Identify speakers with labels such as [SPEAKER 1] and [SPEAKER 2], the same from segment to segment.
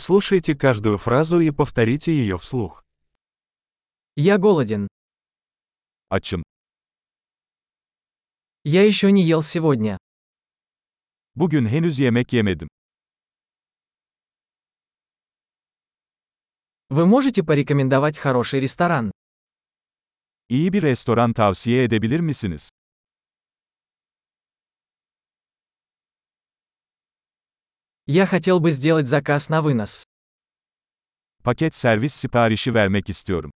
[SPEAKER 1] Прослушайте каждую фразу и повторите ее вслух.
[SPEAKER 2] Я голоден.
[SPEAKER 3] Açım.
[SPEAKER 2] Я еще не ел сегодня.
[SPEAKER 3] Bugün henüz yemek yemedim.
[SPEAKER 2] Вы можете порекомендовать хороший ресторан?
[SPEAKER 3] İyi bir restoran tavsiye edebilir misiniz?
[SPEAKER 2] Я хотел бы сделать заказ на вынос.
[SPEAKER 3] Paket servis siparişi vermek istiyorum.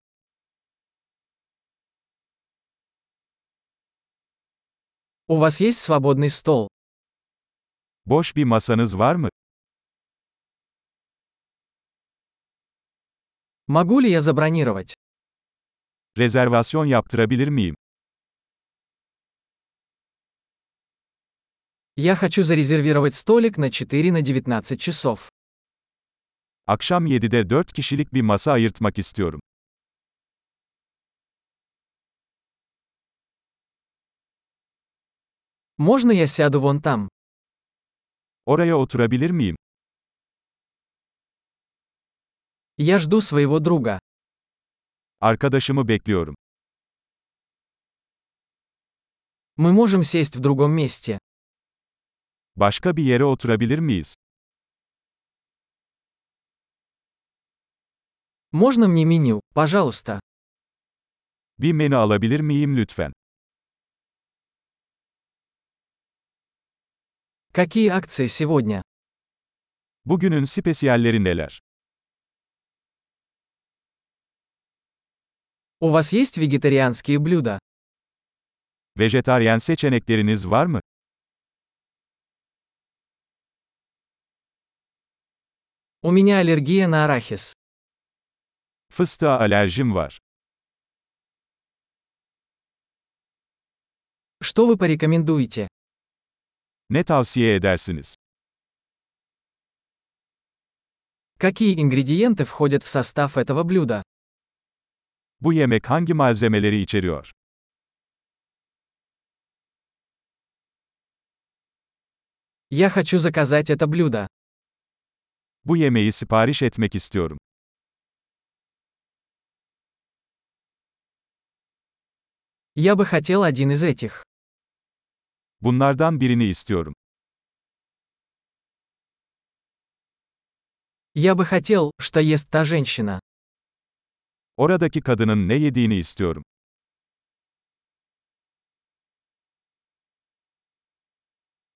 [SPEAKER 2] У вас есть свободный стол?
[SPEAKER 3] Boş bir masanız var mı?
[SPEAKER 2] Могу ли я забронировать?
[SPEAKER 3] Rezervasyon yaptırabilir miyim?
[SPEAKER 2] Я хочу зарезервировать столик на 4 на 19 часов.
[SPEAKER 3] Akşam 7'de 4 kişilik bir masa ayırtmak istiyorum.
[SPEAKER 2] Можно я сяду вон там?
[SPEAKER 3] Oraya oturabilir miyim?
[SPEAKER 2] Я жду своего друга.
[SPEAKER 3] Arkadaşımı bekliyorum.
[SPEAKER 2] Мы можем сесть в другом месте.
[SPEAKER 3] Başka bir yere oturabilir miyiz?
[SPEAKER 2] Можно мне меню, пожалуйста?
[SPEAKER 3] Bir menü alabilir miyim lütfen?
[SPEAKER 2] Какие акции сегодня?
[SPEAKER 3] Bugünün spesiyalleri neler?
[SPEAKER 2] У вас есть вегетарианские блюда?
[SPEAKER 3] Vejetaryen seçenekleriniz var mı?
[SPEAKER 2] У меня аллергия на арахис.
[SPEAKER 3] Fıstığa alerjim var.
[SPEAKER 2] Что вы порекомендуете?
[SPEAKER 3] Ne tavsiye edersiniz?
[SPEAKER 2] Какие ингредиенты входят в состав этого блюда?
[SPEAKER 3] Bu yemek hangi malzemeleri içeriyor?
[SPEAKER 2] Я хочу заказать это блюдо.
[SPEAKER 3] Bu yemeği sipariş etmek istiyorum.
[SPEAKER 2] Я бы хотел один из этих.
[SPEAKER 3] Bunlardan birini istiyorum.
[SPEAKER 2] Я бы хотел, что ест та женщина.
[SPEAKER 3] Oradaki kadının ne yediğini istiyorum.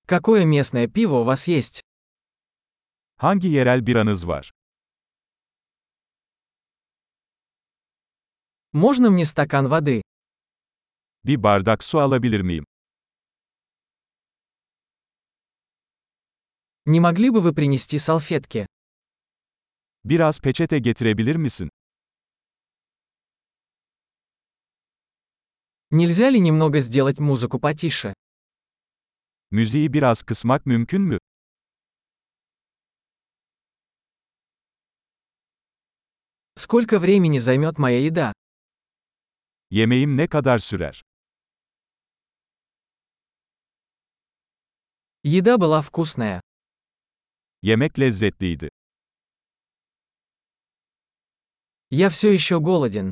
[SPEAKER 2] Какое местное пиво у вас есть?
[SPEAKER 3] Hangi yerel biranız var?
[SPEAKER 2] Можно мне стакан воды?
[SPEAKER 3] Bir bardak su alabilir miyim?
[SPEAKER 2] Не могли бы вы принести салфетки?
[SPEAKER 3] Biraz peçete getirebilir misin?
[SPEAKER 2] Нельзя ли немного сделать музыку потише?
[SPEAKER 3] Müziği biraz kısmak mümkün mü?
[SPEAKER 2] Сколько времени займет моя еда?
[SPEAKER 3] Yemeğim ne kadar sürer?
[SPEAKER 2] Еда была вкусная.
[SPEAKER 3] Yemek lezzetliydi.
[SPEAKER 2] Я все еще голоден.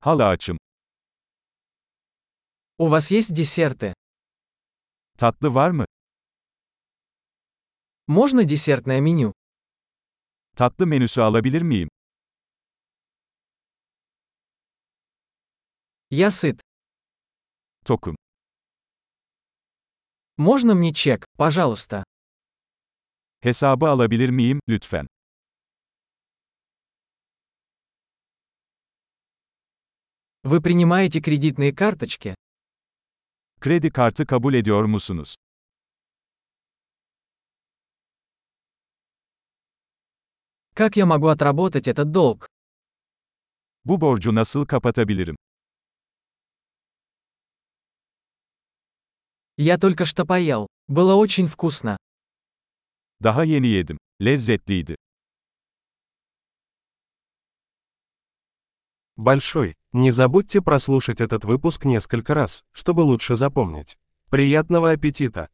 [SPEAKER 3] Hala açım.
[SPEAKER 2] У вас есть десерты?
[SPEAKER 3] Tatlı var mı?
[SPEAKER 2] Можно десертное меню?
[SPEAKER 3] Tatlı menüsü alabilir miyim?
[SPEAKER 2] Я сыт.
[SPEAKER 3] Tokum.
[SPEAKER 2] Можно мне чек, пожалуйста?
[SPEAKER 3] Hesabı alabilir miyim, lütfen?
[SPEAKER 2] Вы принимаете кредитные карточки?
[SPEAKER 3] Kredi kartı kabul ediyor musunuz?
[SPEAKER 2] Как я могу отработать этот долг?
[SPEAKER 3] Bu borcu nasıl kapatabilirim?
[SPEAKER 2] Я только что поел. Было очень вкусно.
[SPEAKER 3] Daha yeni yedim. Lezzetliydi.
[SPEAKER 1] Большой. Не забудьте прослушать этот выпуск несколько раз, чтобы лучше запомнить. Приятного аппетита!